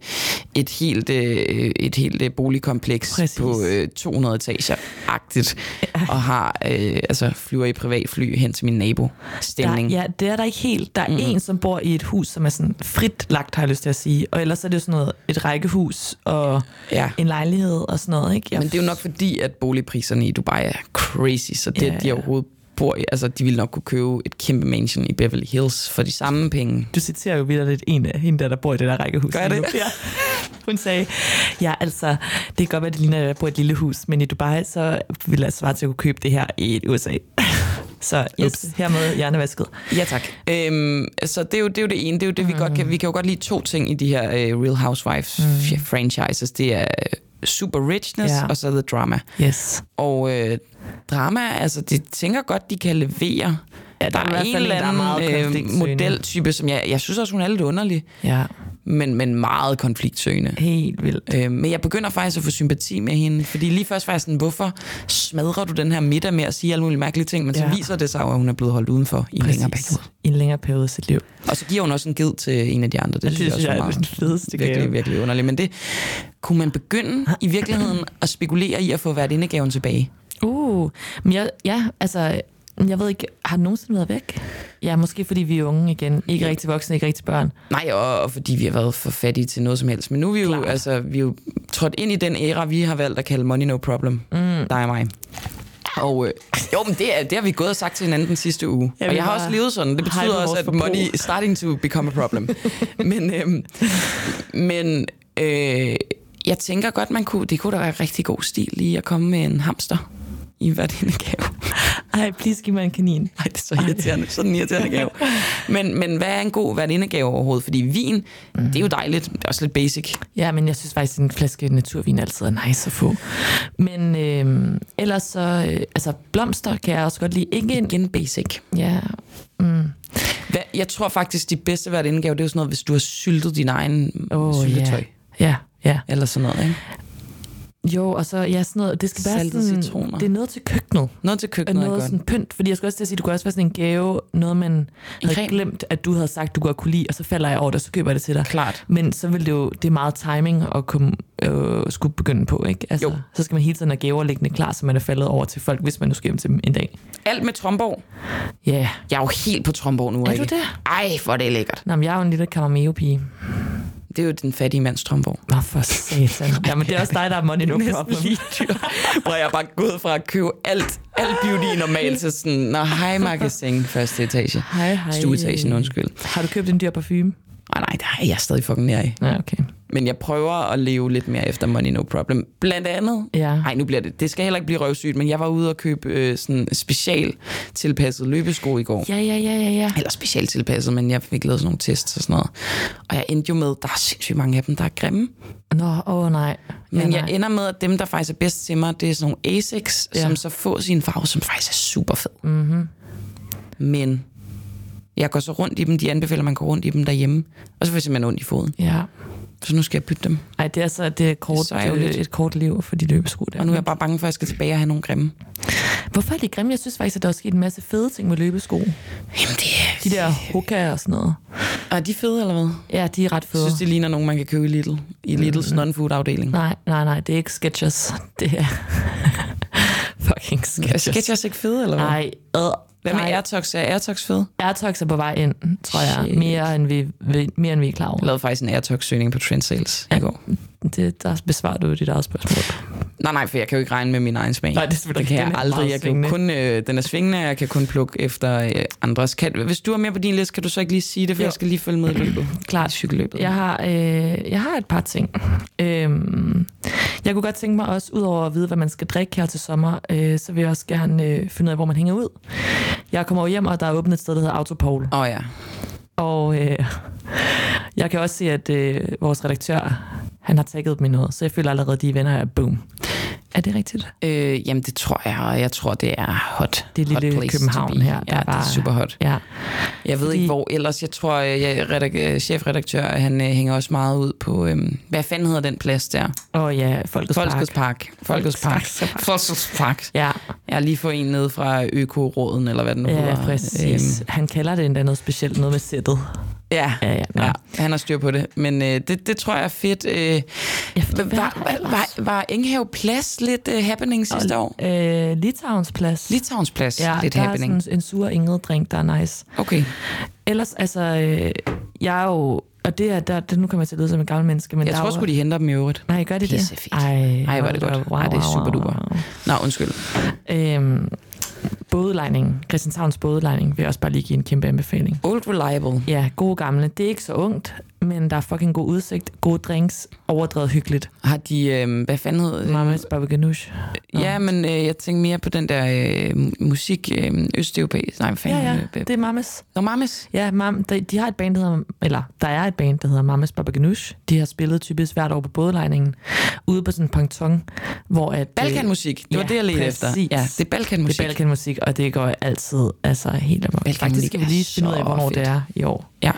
et helt, øh, et helt øh, boligkompleks Præcis. Præcis. på øh, 200 etager-agtigt, ja. og har, øh, altså, flyver i privatfly hen til min nabo. Stemning. Der, ja, det er der ikke helt. Der er mm. en, som bor i et hus, som er sådan frit lagt, har jeg lyst til at sige. Og ellers er det jo sådan noget, et rækkehus og Ja. en lejlighed og sådan noget, ikke? Jeg Men det er jo nok fordi, at boligpriserne i Dubai er crazy, så det, Ja, ja, de ja. overhovedet bor i, altså de ville nok kunne købe et kæmpe mansion i Beverly Hills for de samme penge. Du citerer jo videre lidt en af hende, der, der bor i det der rækkehus. Gør jeg lige nu. *laughs* det? Ja. Hun sagde, ja altså, det kan godt være, det ligner, at jeg bor i et lille hus, men i Dubai, så vil jeg svare til at kunne købe det her i et USA. *laughs* Så yes, Ups. Ups. hermed hjernevasket. Ja tak. Øhm, så det er, jo, det er jo det ene. Det er jo det, vi godt kan. Vi kan jo godt lide to ting i de her uh, Real Housewives mm. franchises. Det er øh, super richness, Ja. ja. og så the drama. Yes. Og øh, drama, altså de tænker godt, de kan levere. Ja, Der er, en eller anden øh, modeltype, som jeg, jeg synes også, hun er lidt underlig, Ja, men, men meget konfliktsøgende. helt vildt. Øh, men jeg begynder faktisk at få sympati med hende, fordi lige først var jeg sådan, hvorfor smadrer du den her middag med at sige alle mulige mærkelige ting, men ja. Ja. så viser det sig jo, at hun er blevet holdt udenfor i en længere periode. I en længere periode af sit liv. Og så giver hun også en ged til en af de andre. Det, Ja, det synes jeg også er var den meget, fedeste gave. virkelig, virkelig underligt. Men det kunne man begynde i virkeligheden at spekulere i at få hvert indegaven tilbage. Uh, men jeg, ja, altså, jeg ved ikke, har den nogensinde været væk? Ja, måske fordi vi er unge igen. Ikke rigtig voksne, ikke rigtig børn. Nej, og, og fordi vi har været for fattige til noget som helst. Men nu er vi jo, Klart. altså, vi er jo trådt ind i den æra, vi har valgt at kalde money no problem. Mm. Dig og mig. Og øh, jo, men det, er, det har vi gået og sagt til hinanden den sidste uge. Ja, Ja, og vi jeg har har også levet sådan. Det hypet betyder også, vores at forbrug. money is starting to become a *laughs* problem. men øhm, men øh, jeg tænker godt, man kunne, det kunne da være rigtig god stil lige at komme med en hamster i hvert indegave. Ej, please giv mig en kanin. *laughs* Nej, det er så irriterende. Sådan en irriterende gave. Men, men hvad er en god værtindegave overhovedet? Fordi vin, mm. det er jo dejligt. Det er også lidt basic. Ja, men jeg synes faktisk, at en flaske naturvin altid er nice at få. Men øh, ellers så, øh, altså blomster kan jeg også godt lide. Ikke en, Igen basic. ja, mm, Hvad, jeg tror faktisk, de bedste værtindegave, det er jo sådan noget, hvis du har syltet din egen oh, Åh, syltetøj. ja. ja, ja. Eller sådan noget, ikke? Jo, og så, ja, sådan noget, det skal være Saltede sådan, citroner. det er noget til køkkenet. Noget til Og køkkenet noget, er godt. sådan pynt, fordi jeg skulle også til at sige, du kunne også være sådan en gave, noget man havde creme. glemt, at du havde sagt, du godt kunne lide, og så falder jeg over det, og så køber jeg det til dig. Klart. Men så vil det jo, det er meget timing at komme, øh, skulle begynde på, ikke? Altså, Jo. Så skal man hele tiden have gaver liggende klar, så man er faldet over til folk, hvis man nu skal hjem til dem en dag. Alt med Tromborg. Ja. Yeah. Jeg er jo helt på Tromborg nu, Er Rikke. du det? Ej, hvor er det lækkert. Nå, men jeg er jo en lille kammermeo-pige. Det er jo den fattige mands Tromborg. Nå, for *laughs* satan. Jamen, det er også dig, der er money no problem. dyr. *laughs* Hvor jeg er bare gået fra at købe alt, alt beauty normalt til sådan, når hej magasin, første etage. Hej, hej. *laughs* Stueetagen, undskyld. Har du købt en dyr parfume? Nej, Ah, nej, der er jeg stadig fucking nær i. Ja, okay. Men jeg prøver at leve lidt mere efter Money No Problem. Blandt andet, Ja. nej, nu bliver det, det skal heller ikke blive røvsygt, men jeg var ude og købe øh, sådan special tilpasset løbesko i går. Ja, ja, ja, ja, ja. Eller specielt tilpasset, men jeg fik lavet sådan nogle tests og sådan noget. Og jeg endte jo med, der er sindssygt mange af dem, der er grimme. Nå, åh oh, nej. Men ja, jeg nej. ender med, at dem, der faktisk er bedst til mig, det er sådan nogle Asics, ja. Ja. som så får sin farve, som faktisk er super fed. Mm-hmm. Men jeg går så rundt i dem. De anbefaler, at man går rundt i dem derhjemme. Og så får jeg simpelthen ondt i foden. Ja. Så nu skal jeg bytte dem. Ej, det er så det er kort, øh, Det er så ærgerligt. et kort liv for de løbesko der. Og nu er jeg bare bange for, at jeg skal tilbage og have nogle grimme. Hvorfor er det grimme? Jeg synes faktisk, at der er sket en masse fede ting med løbesko. Jamen det er... De der hoka og sådan noget. Er Ah, de fede, eller hvad? Ja, de er ret Jeg fede. synes, de ligner nogen, man kan købe i Lidl. I Mm. Lidls non-food-afdeling. Nej, nej, nej, det er ikke Skechers. *laughs* Det er fucking Er Skechers. Skechers ikke fede, eller hvad? Nej, ad. Hvad med Nej. Airtox? Er Airtox fede? Airtox er på vej ind, tror jeg. Shit. Mere end, vi, vi, mere end vi er klar Jeg over. lavede faktisk en Airtox-søgning på Trendsales i går. Det, der besvarer du dit eget spørgsmål. Nej, nej, for jeg kan jo ikke regne med min egen smag. Nej, det er selvfølgelig det kan ikke. jeg Den er aldrig. meget Jeg kan jo svingende. kun, øh, den er svingende, og jeg kan kun plukke efter øh, andres. Kan, hvis du er med på din liste, kan du så ikke lige sige det, for jo. Jo. jeg skal lige følge med i *clears throat* løbet. Klart. I cykelløbet. Jeg har, øh, jeg har et par ting. Øhm, jeg kunne godt tænke mig også, udover at vide, hvad man skal drikke her til sommer, øh, så vil jeg også gerne øh, finde ud af, hvor man hænger ud. Jeg kommer jo hjem, og der er åbnet et sted, der hedder Autopole. Åh oh, ja. Og øh, jeg kan også se, at øh, vores redaktør, han har tagget dem i noget, så jeg føler allerede, at de er venner af Boom. Er det rigtigt? Øh, jamen, det tror jeg, og jeg tror, det er hot. Det er hot lille place to København be. her, der Ja, det er bare- super hot. Ja. Jeg ved Fordi- ikke, hvor ellers. Jeg tror, øh, jeg, redak- øh, chefredaktør, han øh, hænger også meget ud på... Øh, hvad fanden hedder den plads der? Og ja, Folkets Park. Folkets Park. Folkets Park. Folkets Park. Ja, Jeg har lige fået en nede fra Økoråden, eller hvad den nu hedder. ja, præcis. Øhm, Han kalder det endda noget specielt, noget med sættet. ja, Ja, ja, nå. Ja, han har styr på det. Men øh, det, det tror jeg er fedt. Øh, Ja, for var, hvad er der var, ellers? var, var Enghave Plads lidt øh, happening sidste år? Øh, Litauens plads. Litauens Plads ja, lidt der happening. er sådan en sur ingrid drink, der er nice. Okay, Ellers, altså, øh, jeg er jo... Og det er, der, det, nu kommer jeg til at lyde som en gammel menneske, men jeg der tror er jo, sgu, de henter dem i øvrigt. Nej, gør de det? Pissefedt. Ej, Ej, hvor er hold det da godt. op. Wow, Ej, det er wow, superduper. wow. Nå, undskyld. Øhm, bådelejning, Christianshavns bådelejning, vil jeg også bare lige give en kæmpe anbefaling. Old Reliable. Ja, gode gamle. Det er ikke så ungt, men der er fucking god udsigt, gode drinks, overdrevet hyggeligt. Har de, øh, hvad fanden hed det? Mamas babaganoush. Ja, men øh, jeg tænker mere på den der øh, mu- musik, øh, østeuropæisk. Nej, hvad Ja, fanden ja, hed det? det er mamas. Nå, Mames. Ja, mam, de, de har et band, der hedder, eller der er et band, der hedder Mamas Babaganoush. De har spillet typisk hvert år på bådelejningen, ude på sådan en ponton, hvor at... øh, Balkanmusik. Det var ja, det, jeg ledte præcis. efter. Ja, det er Det balkanmusik. er balkanmusik, og det går altid altså helt amok. Balkanmusik Faktisk skal vi er lige finde ud af, så hvornår fedt. det er i år. Ja.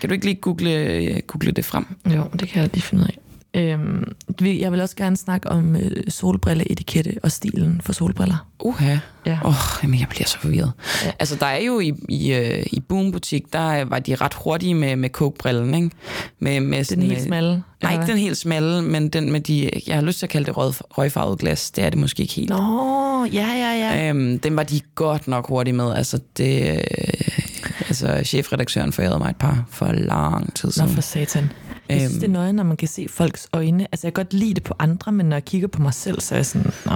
Kan du ikke lige google, øh, google det frem? Jo, det kan jeg lige finde ud af. Øhm, vi- jeg vil også gerne snakke om øh, solbrilleetikette og stilen for solbriller. Uha. Ja. Åh, oh, jamen jeg bliver så forvirret. Ja. Ja. Altså der er jo i, i, øh, i Boom Butik, der øh, var de ret hurtige med, med Coke-brillen, ikke? Med, med Den sådan, helt øh, smalle. Nej, eller ikke den helt smalle, men den med de, jeg har lyst til at kalde det rød, røgfarvet glas, det er det måske ikke helt. hvad? Nå, ja, ja, ja. Øhm, den var de godt nok hurtige med, altså det, øh, altså chefredaktøren forærede mig et par for lang tid Nå siden. for satan. Jeg synes, Øhm. det er noget, når man kan se folks øjne. Altså, jeg kan godt lide det på andre, men når jeg kigger på mig selv, så er jeg sådan, Nå,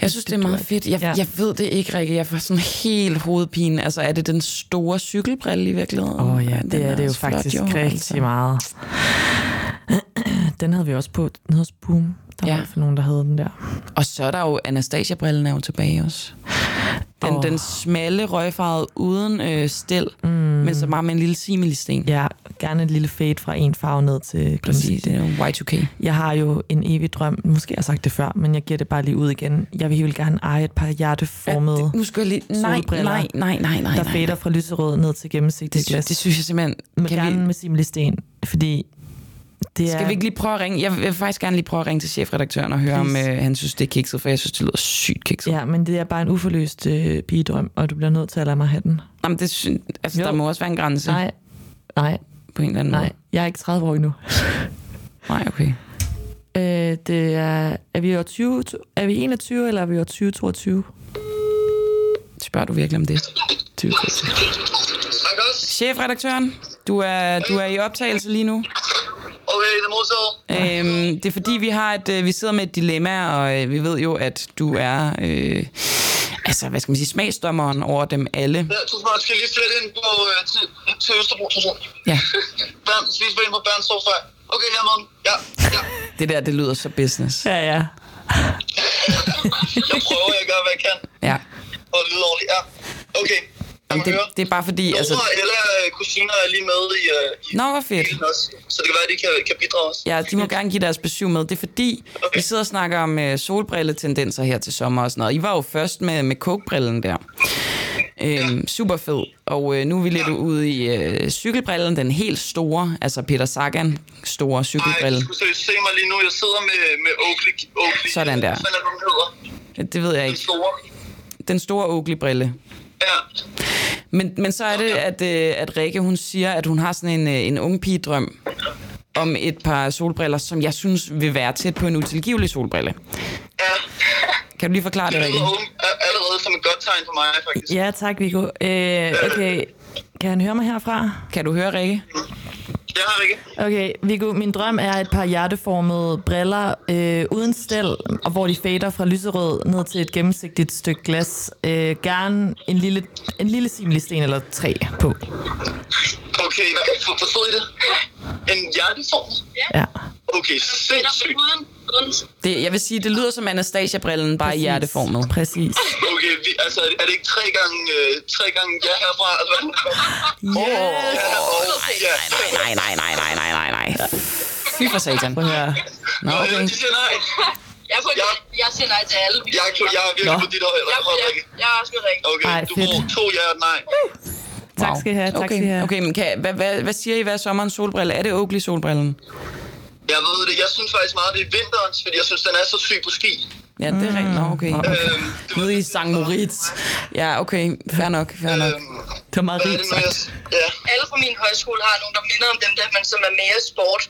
Jeg synes, det er meget fedt. Jeg, ja. Ja. jeg ved det ikke, Rikke. Jeg får sådan helt hovedpine. Altså, er det den store cykelbrille i virkeligheden? Åh oh, ja, Den det er det jo også flot, faktisk jo, rigtig altså. meget. *clears throat* Den havde vi også på nede hos Boom. Der var Ja. i hvert fald nogen, der havde den der. Og så er der jo Anastasia-brillen er jo tilbage også. Den, oh. Åh. den smalle røgfarvede uden øh, stil, mm. men så bare med en lille similisten. Ja, gerne et lille fade fra en farve ned til... Præcis, det er jo Y2K. Jeg har jo en evig drøm, måske har jeg sagt det før, men jeg giver det bare lige ud igen. Jeg vil helt vildt gerne eje et par hjerteformede, Ja, ja, det- nu skal jeg lige... Nej, nej, solbriller, nej, nej, nej, nej. der fader fra lyserød ned til gennemsigtigt Det, glas. sy- det synes jeg simpelthen... men Kan gerne vi, med simlig sten, fordi det er... skal vi ikke lige prøve at ringe? Jeg vil faktisk gerne lige prøve at ringe til chefredaktøren og høre, om Please. øh, han synes, det er kikset, for jeg synes, det lyder sygt kikset. Ja, men det er bare en uforløst øh, pigedrøm, og du bliver nødt til at lade mig have den. Jamen, det synes, altså, Jo. der må også være en grænse Nej, nej, på en eller anden nej. måde. Jeg er ikke 30 år *laughs* endnu. Nej, okay. Øh, det er... Er vi, i år 20, er vi 21, eller er vi i år 2022? Spørger du virkelig om det? 2022. Tak også. Chefredaktøren, du er, du er i optagelse lige nu. Okay, det er modtaget. Øhm, det er fordi, vi har et, øh, vi sidder med et dilemma, og øh, vi ved jo, at du er øh, altså, hvad skal man sige, smagsdommeren over dem alle. Ja, tusind meget. Skal jeg lige flette ind på øh, til, til Østerbro, tror jeg. Ja. bam, spiseben på *laughs* Berns sofa. Okay, Hermann, ja, ja. Det der, det lyder så business. Ja, ja. Jeg prøver, jeg gør, hvad jeg kan. Ja. Og det lyder ordentligt, ja. Okay, kan Jamen, man det, høre? det er bare fordi, Nora altså... altså... eller øh, kusiner er lige med i, øh, i Nå, hvor fedt. bilen også, så det kan være, at de kan, kan bidrage også. Ja, de må gerne give deres besøg med. Det er fordi, okay. vi sidder og snakker om øh, solbrilletendenser her til sommer og sådan noget. I var jo først med, med coke-brillen der. Øhm, super fed. Og øh, nu er vi lidt ude i øh, cykelbrillen, den helt store, altså Peter Sagan store Nej, cykelbrille. du skulle se mig lige nu. Jeg sidder med, med Oakley, Oakley. Sådan der. Hvad er det, den hedder? Det ved jeg Den ikke. store. Den store Oakley-brille. Ja. Men, men så er det, at, øh, at Rikke, hun siger, at hun har sådan en, øh, en ung pigedrøm om et par solbriller, som jeg synes vil være tæt på en utilgivelig solbrille. Ja. Kan du lige forklare det, Det Rikke? lyder unge, er- allerede som et godt tegn for mig, faktisk. Ja, tak, Viggo. Øh, okay, kan han høre mig herfra? Kan du høre, Rikke? Jeg har ikke. Okay, Viggo, min drøm er et par hjerteformede briller øh, uden stel, og hvor de fader fra lyserød ned til et gennemsigtigt stykke glas. Øh, gerne en lille, en lille simlig sten eller tre på. Okay, hvad for- forstod I det? En hjerteform? Ja. Okay, sindssygt. Uden, uden, Det, jeg vil sige, det lyder som Anastasia-brillen, bare i Præcis. hjerteformet. Præcis. Okay, vi, altså, er det ikke tre gange, øh, tre gange ja herfra? Altså, hvad? Yes! Ja, og, ja. Nej, nej, nej, nej, nej, nej, nej. Fy for satan. Prøv at høre. Nå, Og, øh, okay. de siger nej. jeg, får, jeg, jeg siger nej til alle. Jeg, er klo- jeg er virkelig Nå. på dit højde. jeg, jeg, jeg er sgu da ikke. Okay, Ej, du fedt. får to ja og et nej. Tak skal I have, tak okay. skal I have. Okay, men kan, hvad, hvad, hvad siger I, hvad er sommerens solbrille? Er det Oakley-solbrillen? Jeg ved det. Jeg synes faktisk meget, det er vinterens, fordi jeg synes, den er så syg på ski. Ja, det er rigtigt. Nå, Mm. okay. Øhm, det var- Nede i St. Moritz. Ja, okay. Fair nok, fair nok. Øhm, Det var meget hvad er rigt det nu, jeg... sagt. Ja. Alle fra min højskole har nogen, der minder om dem der, men som er mere sport.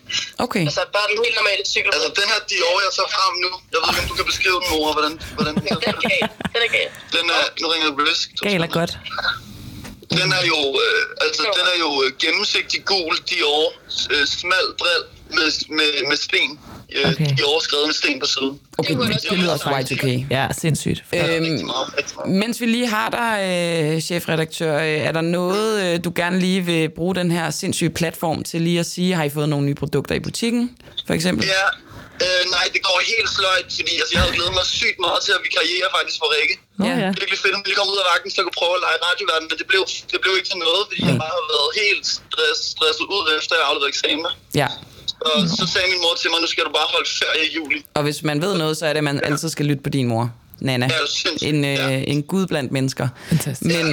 Okay. Altså bare den helt normale cykel. Altså, den her Dior, jeg tager frem nu. Jeg ved ikke, om du kan beskrive den, mor. Hvordan, hvordan den Den er er. gal. Den er gal. Den er, nu ringer jeg Risk. Gal er godt. Den er jo, øh, altså, den er jo øh, gennemsigtig gul Dior, øh, smal bril med, med, med sten. Øh, Okay. Dior skrevet med sten på siden. Okay, det lyder også Y2K. Ja, sindssygt. Øhm, Meget, rigtig meget. mens vi lige har dig, øh, chefredaktør, øh, er der noget, øh, du gerne lige vil bruge den her sindssyge platform til lige at sige, har I fået nogle nye produkter i butikken, for eksempel? Ja, øh, nej, det går helt sløjt, fordi altså, jeg havde glædet mig sygt meget til at vi karriere faktisk for Rikke. Nå Ja. ja. Det er virkelig fedt, at vi kom ud af vagten, så jeg kunne prøve at lege radioverden, men det blev, det blev ikke til noget, fordi jeg bare har været helt stress, stresset ud, efter jeg afleverede eksamener. Ja. Og så sagde min mor til mig, nu skal du bare holde ferie i juli. Og hvis man ved noget, så er det, at man altid skal lytte på din mor, Nana. Ja, det er sindssygt, En, øh, ja. en gud blandt mennesker. Fantastisk. Men,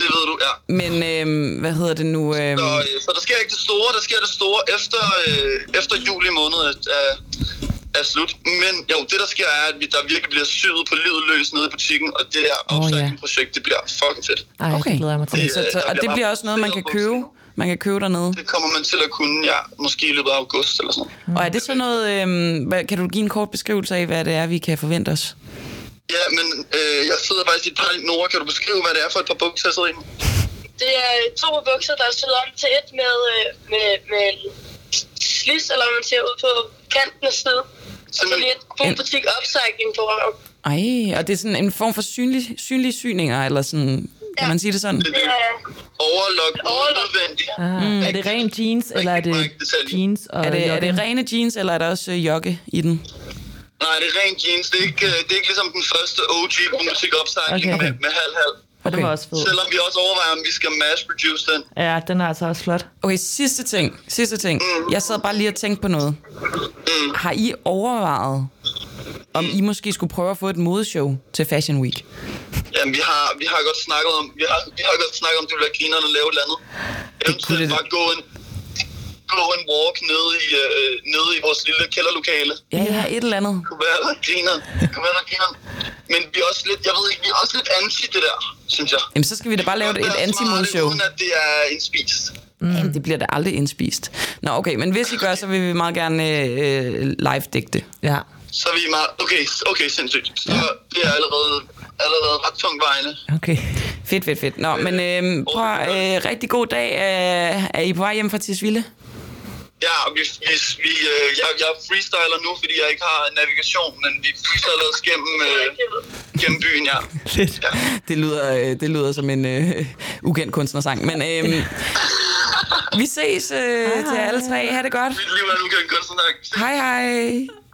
Det ved du, ja. men øh, hvad hedder det nu? Øh, Så, øh, så der sker ikke det store, der sker det store efter, øh, efter juli måned er, er slut. Men jo, det der sker er, at vi, der virkelig bliver syet på livet løs nede i butikken, og det her ja. opsætningsprojekt, det bliver fucking fedt. Ej, okay. Okay. det glæder jeg mig til. øh, så, så, og det bliver også noget, man kan købe. Man kan købe dernede. Det kommer man til at kunne, ja, måske i løbet af august eller sådan noget. Og er det så noget, øh, hvad- kan du give en kort beskrivelse af, hvad det er, vi kan forvente os? Ja, men øh, jeg sidder faktisk i et par Nora. Kan du beskrive, hvad det er for et par bukser, jeg sidder i? Det er øh, to bukser, der er syet om til et med, øh, med, med slis, eller hvad man siger, ud på kanten af side. Og så lige et butik upcycling på røven. Ej, og det er sådan en form for synlig, synlige syninger, eller sådan, kan man sige det sådan? Det er Overlok, Overlok. unødvendigt. Ah, er det ren jeans, eller er det jeans og Mm. Er det, er jogging? det rene jeans, eller er der også øh, jogge i den? Nej, det er ren jeans. Det er ikke, øh, det er ikke ligesom den første OG butik opsejling Okay. med, med halv-halv. Og det var også fedt. Selvom vi også overvejer, om vi skal mass produce den. Ja, den er altså også flot. Okay, sidste ting. Sidste ting. Jeg sad bare lige og tænkte på noget. Har I overvejet, om I måske skulle prøve at få et modeshow til Fashion Week? Jamen, vi har, vi har godt snakket om, vi har, vi har godt snakket om, det bliver grinerne at lave et eller andet. Eventuelt det- bare gå en, gå en walk nede i, øh, nede i vores lille kælderlokale. Ja, ja, et eller andet. Det kunne være, der griner. Det kunne være, der griner. Men vi er også lidt, jeg ved ikke, vi er også lidt anti det der, synes jeg. Jamen, så skal vi da bare lave et, Det et er anti-modeshow. smarte, Uden at det er en spis. Jamen, det bliver da aldrig indspist. Nå, okay, men hvis I gør, så vil vi meget gerne øh, øh, live-digte. Ja. Så er vi meget, okay, okay, sindssygt. Så det er allerede, allerede ret tungt vejende. Okay. Fedt, fedt, fedt. Nå, men øh, prøv, at- øh, rigtig god dag. Øh, er I på vej hjem fra Tisvilde? Ja, og vi, vi, vi, øh, jeg, jeg freestyler nu, fordi jeg ikke har navigation, men vi freestyler os gennem, øh, rigtigt. gennem byen, ja. Lidt. Det lyder, øh, det lyder som en øh, ukendt kunstnersang, men... Øh, øhm, Vi ses øh, hej, til alle tre. Ha' det godt. Mit liv er nu kan godt snakke. Hej, hej.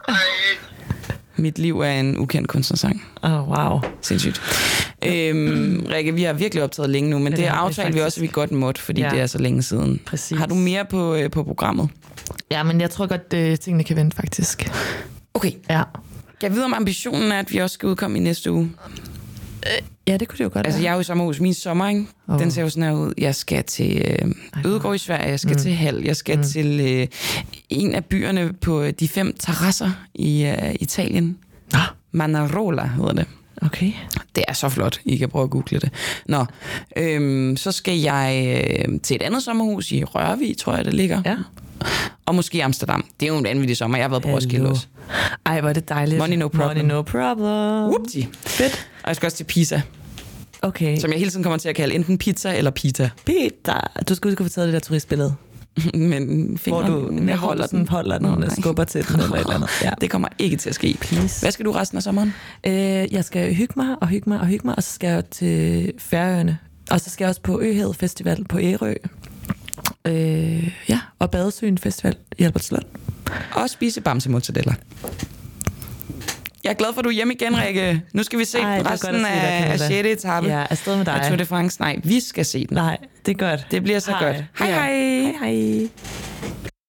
Hej. Mit liv er en ukendt kunstnersang. Oh, wow. Sindssygt. Øhm, Rikke, vi har virkelig optaget længe nu, men det, Det det har vi aftalte vi faktisk. også, at vi godt måtte, fordi ja. Ja. det er så længe siden. Præcis. Har du mere på, øh, på programmet? Ja, men jeg tror godt, øh, tingene kan vente, faktisk. Okay. Ja. Jeg ved, om ambitionen er, at vi også skal udkomme i næste uge. Ja, det kunne det jo godt Altså, være. jeg er jo i sommerhus. Min sommer, ikke? Oh. den ser jo sådan her ud. Jeg skal til øh, Ødegård i Sverige, jeg skal mm. til Hal, jeg skal mm. til øh, en af byerne på øh, de fem terrasser i øh, Italien. Nå, Manarola hedder det. okay. Det er så flot. I kan prøve at google det. Nå, øhm, så skal jeg øh, til et andet sommerhus i Rørvig, tror jeg, det ligger. Ja. Og måske Amsterdam. Det er jo en vanvittig sommer. Jeg har været på Roskilde Hallo. også. Ej, hvor er det dejligt. Money no problem. Money no problem. Whoopty. Fedt. Og jeg skal også til Pisa, Okay. som jeg hele tiden kommer til at kalde enten pizza eller pita. Peter, du skal huske at få taget det der turistbillede. *laughs* Men Hvor fingeren, du jeg holder den. holder den, og Nej. skubber til den eller et eller andet. Ja. Det kommer ikke til at ske. Please. Hvad skal du resten af sommeren? *laughs* Øh, jeg skal hygge mig og hygge mig og hygge mig, og så skal jeg til Færøerne. Og så skal jeg også på Øhed Festival på Ærø. Øh, ja, og Badesøen Festival i Albertslund. Og spise bamsemortadeller. Jeg er glad for, at du er hjemme igen, Rikke. Nu skal vi se Ej, Ej, det var resten godt at se dig, af, af Camilla. 6. etape Ja, afsted med dig. af Tour de France. Nej, vi skal se den. Nej, det er godt. Det bliver så godt. Hej, Ja. hej. Hej, hej.